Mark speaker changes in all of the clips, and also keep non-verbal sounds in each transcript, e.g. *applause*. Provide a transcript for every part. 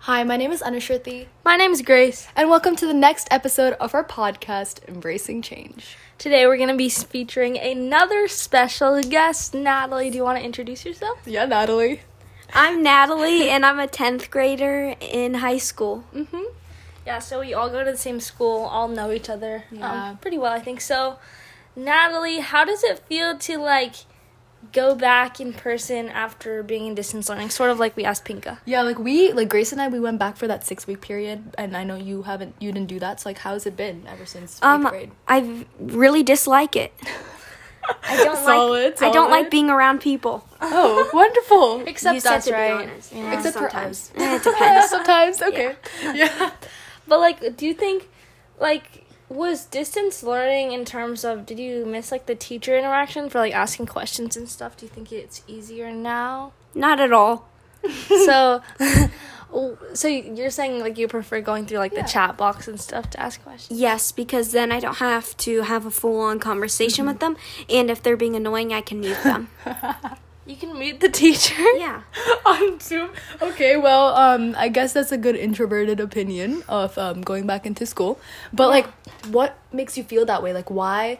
Speaker 1: Hi, my name is Anushruti,
Speaker 2: My name's Grace.
Speaker 1: and welcome to the next episode of our podcast, Embracing Change.
Speaker 2: Today we're going to be featuring another special guest. Natalie, do you want to introduce yourself?
Speaker 1: Yeah, Natalie.
Speaker 3: I'm Natalie, and I'm a 10th grader in high school.
Speaker 2: Mm-hmm. Yeah, so we all go to the same school, all know each other
Speaker 1: Yeah.
Speaker 2: um, pretty well, I think. So, Natalie, how does it feel to like go back in person after being in distance learning? Sort of like we asked Pinka.
Speaker 1: Yeah, like we, like Grace and I, we went back for that six week period, and I know you haven't, you didn't do that. So, like, how's it been ever since eighth
Speaker 3: Um,
Speaker 1: grade?
Speaker 3: I really dislike it. I *laughs* don't
Speaker 1: Solid,
Speaker 3: like. I don't
Speaker 1: solid.
Speaker 3: like being around people.
Speaker 1: Oh,
Speaker 3: *laughs*
Speaker 1: wonderful.
Speaker 2: Except
Speaker 3: you said
Speaker 2: that's
Speaker 3: to be
Speaker 2: right?
Speaker 3: honest.
Speaker 2: Yeah.
Speaker 1: Except for
Speaker 3: Sometimes.
Speaker 1: us.
Speaker 3: Eh, It
Speaker 1: *laughs*
Speaker 3: depends. *laughs*
Speaker 1: Sometimes, okay. yeah.
Speaker 2: But like, do you think like was distance learning in terms of did you miss like the teacher interaction for like asking questions and stuff? Do you think it's easier now? *laughs*
Speaker 3: Not at all.
Speaker 2: so *laughs* w- so you're saying like you prefer going through like the chat box and stuff to ask questions
Speaker 3: Yes, because then I don't have to have a full-on conversation with them, and if they're being annoying, I can mute
Speaker 1: *laughs*
Speaker 3: them.
Speaker 2: you can mute the teacher *laughs*
Speaker 3: yeah.
Speaker 1: on Zoom. Okay, well, um, I guess that's a good introverted opinion of um, going back into school. But like, what makes you feel that way? Like, why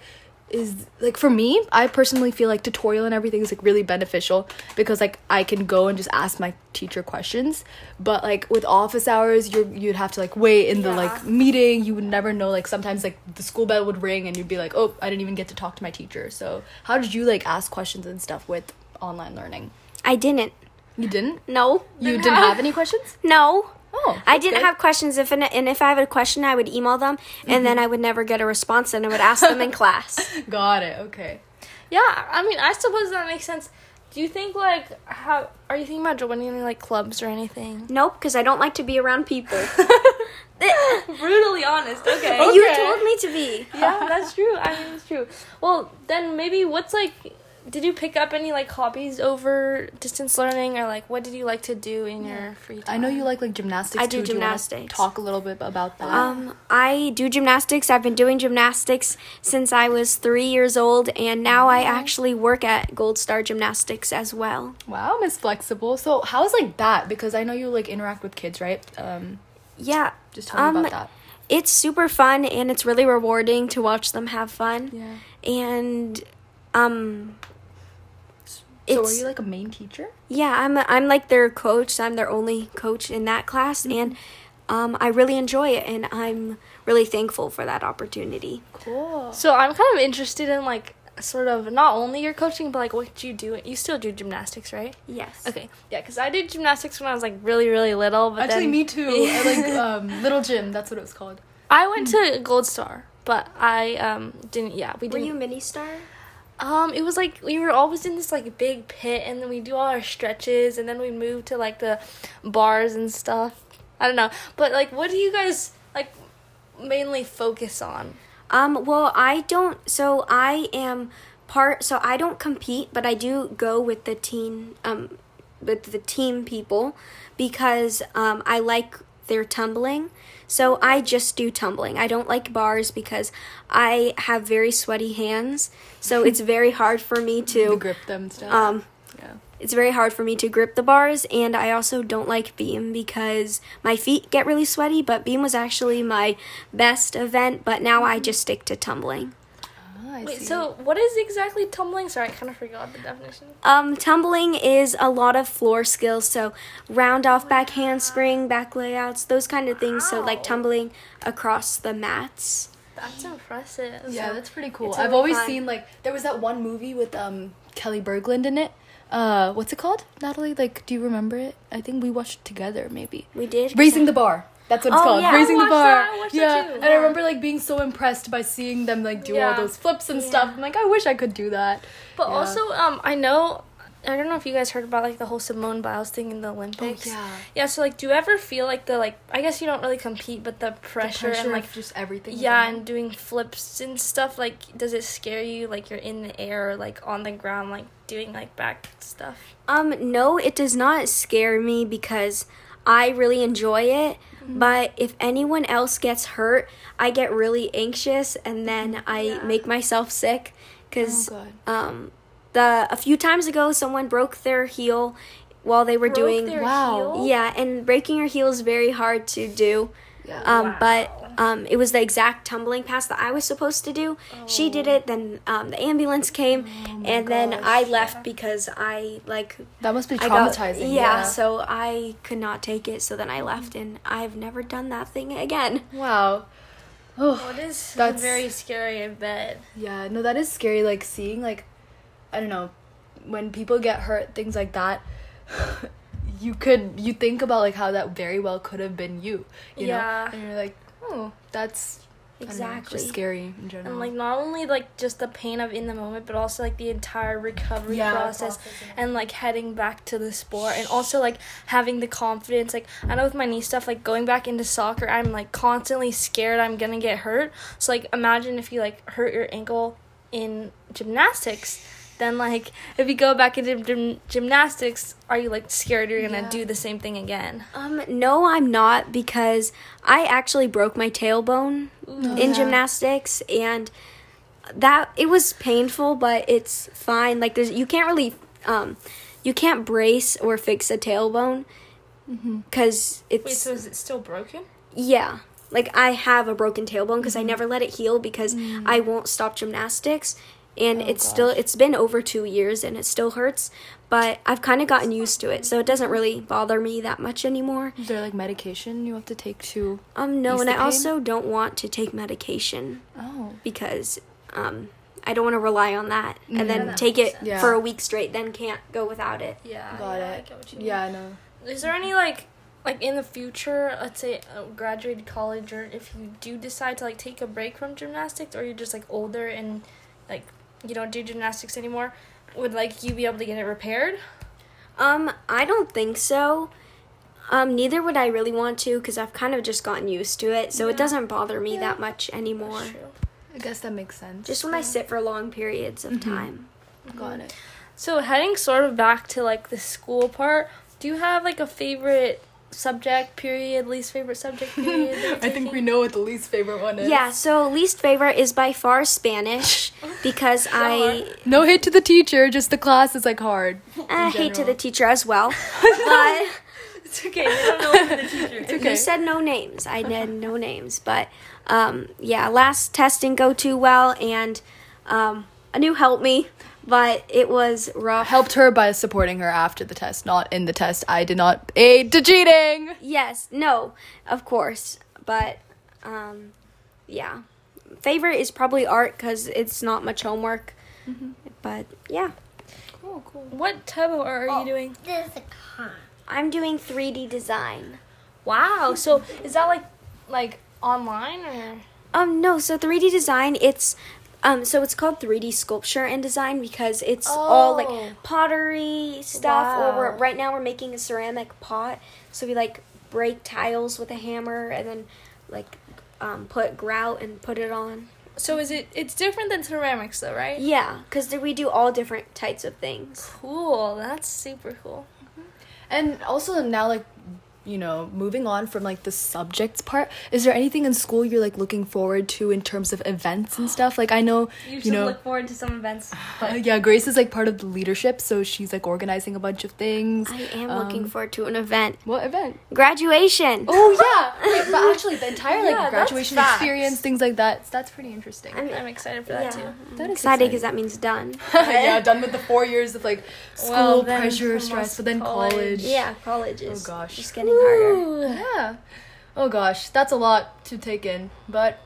Speaker 1: is like for me? I personally feel like tutorial and everything is like really beneficial because like I can go and just ask my teacher questions. But like with office hours, you you'd have to like wait in the like meeting. You would never know. Like sometimes like the school bell would ring and you'd be like, oh, I didn't even get to talk to my teacher. So how did you like ask questions and stuff with online learning?
Speaker 3: I didn't.
Speaker 1: You didn't.
Speaker 3: No.
Speaker 1: You didn't have any questions?
Speaker 3: No.
Speaker 1: Oh, that's
Speaker 3: I didn't
Speaker 1: good. Mm-hmm.
Speaker 3: have questions. If and, and if I had a question, I would email them, and then I would never get a response, and I would ask
Speaker 1: *laughs*
Speaker 3: them in class.
Speaker 1: Got it. Okay.
Speaker 2: yeah i mean i suppose that makes sense do you think like how are you thinking about joining any like clubs or anything
Speaker 3: Nope, because I don't like to be around
Speaker 1: *laughs*
Speaker 3: people.
Speaker 2: *laughs* brutally honest okay
Speaker 3: You told me to be.
Speaker 2: yeah that's true i mean it's true well then maybe what's like did you pick up any like hobbies over distance learning or like what did you like to do in your free time
Speaker 1: I know you like like gymnastics.
Speaker 3: I do
Speaker 1: too. you wanna
Speaker 3: gymnastics.
Speaker 1: talk a little bit about that.
Speaker 3: Um, I do gymnastics. I've been doing gymnastics since I was three years old, and now I actually work at Gold Star Gymnastics as well.
Speaker 1: wow, Miss Flexible. So how's like that? Because I know you like interact with kids, right? Um,
Speaker 3: Yeah.
Speaker 1: just tell me
Speaker 3: um,
Speaker 1: about that.
Speaker 3: It's super fun, and it's really rewarding to watch them have fun.
Speaker 1: Yeah.
Speaker 3: And, um,
Speaker 1: So
Speaker 3: it's
Speaker 1: are you like a main teacher?
Speaker 3: yeah. I'm I'm like their coach. I'm their only coach in that class, and um, I really enjoy it, and I'm really thankful for that opportunity.
Speaker 1: Cool.
Speaker 2: So I'm kind of interested in like sort of not only your coaching, but like what you do. You still do gymnastics, right?
Speaker 3: Yes.
Speaker 2: Okay, yeah, because I did gymnastics when I was like really, really little. But
Speaker 1: Actually,
Speaker 2: then
Speaker 1: me too. I
Speaker 3: *laughs*
Speaker 1: like um, Little Gym. That's what it was called.
Speaker 2: I went to Gold Star, but I um didn't. Yeah, we
Speaker 3: Were
Speaker 2: didn't.
Speaker 3: you mini star?
Speaker 2: um, it was like we were always in this like big pit, and then we do all our stretches, and then we move to like the bars and stuff. I don't know, but like, what do you guys like mainly focus on?
Speaker 3: Um, well, I don't. So I am part. So I don't compete, but I do go with the teen, um, with the team people, because um, I like their tumbling. So I just do tumbling. I don't like bars because I have very sweaty hands. So it's very hard for me
Speaker 1: You *laughs*
Speaker 3: to.
Speaker 1: grip them and stuff.
Speaker 3: Um,
Speaker 1: yeah.
Speaker 3: it's very hard for me to grip the bars, and I also don't like beam because my feet get really sweaty. But beam was actually my best event, but now I just stick to tumbling.
Speaker 1: Ah, I
Speaker 2: Wait,
Speaker 1: see.
Speaker 2: so what is exactly tumbling? Sorry, I kind of forgot the definition.
Speaker 3: Um, tumbling is a lot of floor skills, so round off back handspring, back layouts, those kind of things. So
Speaker 2: Wow.
Speaker 3: like tumbling across the mats.
Speaker 2: That's impressive.
Speaker 1: Yeah, that's pretty cool.
Speaker 3: it's
Speaker 1: I've
Speaker 3: really
Speaker 1: always
Speaker 3: fun.
Speaker 1: seen like there was that one movie with um Kelly Berglund in it. Uh, what's it called, Natalie? Like, do you remember it? I think we watched it together, maybe.
Speaker 3: We did
Speaker 1: Raising the bar. That's what it's
Speaker 3: Oh,
Speaker 1: called.
Speaker 3: yeah. I
Speaker 1: Raising the
Speaker 2: watched
Speaker 1: bar.
Speaker 2: that. I watched that
Speaker 1: yeah,
Speaker 2: too.
Speaker 1: and I
Speaker 2: Yeah.
Speaker 1: remember like being so impressed by seeing them like do all
Speaker 2: Yeah.
Speaker 1: those flips and stuff. I'm like, I wish I could do that.
Speaker 2: But
Speaker 1: Yeah.
Speaker 2: also, um, I know, I don't know if you guys heard about like the whole Simone Biles thing in the Olympics.
Speaker 1: Oh, yeah.
Speaker 2: Yeah. So like, do you ever feel like the like? I guess you don't really compete, but the pressure, and like,
Speaker 1: just everything.
Speaker 2: yeah, and doing flips and stuff. Like, does it scare you? Like you're in the air, or, like on the ground, like doing like back stuff.
Speaker 3: Um, no, it does not scare me because I really enjoy it.
Speaker 2: Mm-hmm.
Speaker 3: But if anyone else gets hurt, I get really anxious and then I make myself sick
Speaker 1: oh
Speaker 3: because
Speaker 1: god.
Speaker 3: um the a few times ago someone broke their heel while they were
Speaker 2: Broke
Speaker 3: doing
Speaker 2: their
Speaker 1: Wow.
Speaker 2: heel?
Speaker 3: yeah, and breaking your heel is very hard to do. Um, But um, it was the exact tumbling pass that I was supposed to do.
Speaker 2: Oh,
Speaker 3: She did it. Then um, the ambulance came, and then I left because I like
Speaker 1: That must be
Speaker 3: I got-
Speaker 1: traumatizing.
Speaker 3: yeah, So I could not take it. So then I left, and I've never done that thing again.
Speaker 1: wow. Oh,
Speaker 2: What is
Speaker 1: That's-
Speaker 2: very scary in bed?
Speaker 1: yeah. No, that is scary. Like seeing, like, I don't know, when people get hurt, things like that. *sighs* you could you think about like how that very well could have been you. You
Speaker 2: Yeah.
Speaker 1: know, and you're like, oh, that's I don't know, just
Speaker 3: Exactly.
Speaker 1: scary in general.
Speaker 2: And like not only like just the pain of in the moment, but also like the entire recovery
Speaker 1: Yeah.
Speaker 2: process
Speaker 1: Process
Speaker 2: and like heading back to the sport and also like having the confidence. Like I know with my knee stuff, like going back into soccer, I'm like constantly scared I'm gonna get hurt. So like imagine if you like hurt your ankle in gymnastics. Then like if you go back into gym- gymnastics, are you like scared you're gonna
Speaker 1: Yeah.
Speaker 2: do the same thing again?
Speaker 3: Um, no, I'm not because I actually broke my tailbone in
Speaker 1: yeah.
Speaker 3: gymnastics, and that it was painful, but it's fine. Like there's, you can't really, um, you can't brace or fix a tailbone because it's
Speaker 2: Mm-hmm. is it still broken? Mm-hmm.
Speaker 3: yeah. Like I have a broken tailbone because I never let it heal because
Speaker 2: Mm.
Speaker 3: I won't stop gymnastics, and
Speaker 2: Oh,
Speaker 3: it's still it's been over two years and it still hurts. But I've kind of gotten used to it, so it doesn't really bother me that much anymore.
Speaker 1: is there like medication you have to take to?
Speaker 3: Um, no,
Speaker 1: Ease
Speaker 3: and
Speaker 1: the
Speaker 3: I
Speaker 1: pain?
Speaker 3: also don't want to take medication
Speaker 1: Oh,
Speaker 3: because um, I don't want to rely on that and then
Speaker 2: that
Speaker 3: take
Speaker 2: makes
Speaker 3: it
Speaker 2: sense.
Speaker 1: Mm. Yeah.
Speaker 3: for a week straight, then can't go without it.
Speaker 2: Yeah,
Speaker 1: got
Speaker 2: yeah, I
Speaker 1: it.
Speaker 2: get what you mean.
Speaker 1: Yeah, no.
Speaker 2: Is there any like like in the future, let's say uh, graduated college, or if you do decide to like take a break from gymnastics, or you're just like older and like you don't do gymnastics anymore, would like you be able to get it repaired?
Speaker 3: Um, I don't think so. Um, neither would I really want to because I've kind of just gotten used to it, so it
Speaker 2: Yeah.
Speaker 3: doesn't bother me
Speaker 2: Yeah.
Speaker 3: that much anymore.
Speaker 2: That's true.
Speaker 1: I guess that makes sense.
Speaker 3: Just when I sit for long periods of
Speaker 1: Mm-hmm.
Speaker 3: time.
Speaker 1: got it.
Speaker 2: So heading sort of back to like the school part, do you have like a favorite subject period, least favorite subject *laughs* period? that you're
Speaker 1: I think we
Speaker 2: taking?
Speaker 1: know what the least favorite one is.
Speaker 3: Yeah, so least favorite is by
Speaker 1: *laughs*
Speaker 3: far Spanish because I
Speaker 1: No hate to the teacher, just the class is like *laughs* hard.
Speaker 3: uh, hate to
Speaker 1: general.
Speaker 3: the teacher as well.
Speaker 2: *laughs*
Speaker 3: but
Speaker 2: It's okay. We don't know what *laughs* the teacher. is.
Speaker 1: Okay.
Speaker 3: You said no names. I did no names, but um, yeah, last test didn't go too well, and um, a new helped me, but it was rough.
Speaker 1: Helped her by supporting her after the test, not in the test. I did not aid to cheating.
Speaker 3: Yes, no, of course, but um, yeah, favorite is probably art because it's not much homework,
Speaker 2: Mm-hmm.
Speaker 3: but yeah,
Speaker 2: Cool, cool. What type of art are you doing?
Speaker 4: This is a con.
Speaker 3: I'm doing 3D design.
Speaker 2: Wow. So is that like like online or?
Speaker 3: Um, no, so 3D design, it's um, so it's called 3D sculpture and design because it's all
Speaker 2: Oh.
Speaker 3: like pottery stuff. Or we're,
Speaker 2: Wow.
Speaker 3: right now we're making a ceramic pot, so we like break tiles with a hammer and then like um, put grout and put it on.
Speaker 2: So is it? It's different than ceramics, though, right?
Speaker 3: Yeah, because we do all different types of things.
Speaker 2: Cool. That's super cool.
Speaker 1: And also now like you know, moving on from like the subjects part, is there anything in school you're like looking forward to in terms of events and stuff? Like I know you, know
Speaker 2: forward to some *sighs* events.
Speaker 1: uh, yeah, Grace is like part of the leadership, so she's like organizing a bunch of things.
Speaker 3: I am
Speaker 1: Um,
Speaker 3: looking forward to an event.
Speaker 1: What event?
Speaker 3: Graduation!
Speaker 1: Oh yeah, Wait, but actually the entire like
Speaker 2: Yeah, that's
Speaker 1: graduation
Speaker 2: facts.
Speaker 1: experience, things like that. That's pretty interesting.
Speaker 3: I'm,
Speaker 2: I'm excited for that
Speaker 3: yeah.
Speaker 2: too.
Speaker 1: That is
Speaker 3: excited
Speaker 1: exciting.
Speaker 3: because that means done.
Speaker 1: *laughs* yeah, done with the four years of like school
Speaker 2: Well, then
Speaker 1: pressure,
Speaker 2: from
Speaker 1: stress,
Speaker 2: us
Speaker 1: but then
Speaker 2: college.
Speaker 1: college.
Speaker 3: Yeah, college is
Speaker 1: Oh, gosh.
Speaker 3: just getting harder.
Speaker 1: Yeah. Oh gosh, that's a lot to take in, but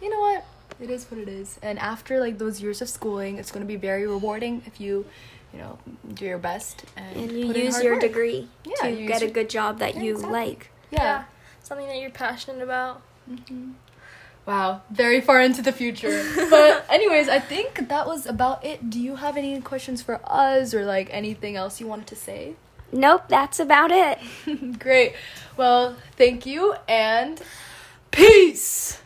Speaker 1: you know what? It is what it is. And after like those years of schooling, it's going to be very rewarding if you, you know, do your best and,
Speaker 3: and you
Speaker 1: put in
Speaker 3: use
Speaker 1: hard
Speaker 3: your
Speaker 1: work.
Speaker 3: degree
Speaker 1: Yeah,
Speaker 3: to
Speaker 1: you use
Speaker 3: get a
Speaker 1: your-
Speaker 3: good job that
Speaker 1: Yeah,
Speaker 3: you
Speaker 1: exactly.
Speaker 3: like.
Speaker 1: Yeah.
Speaker 2: Something that you're passionate about.
Speaker 1: Wow, very far into the future. but anyways, I think that was about it. Do you have any questions for us or like anything else you wanted to say? *laughs*
Speaker 3: Nope, that's about it.
Speaker 1: Great. Well, thank you and peace.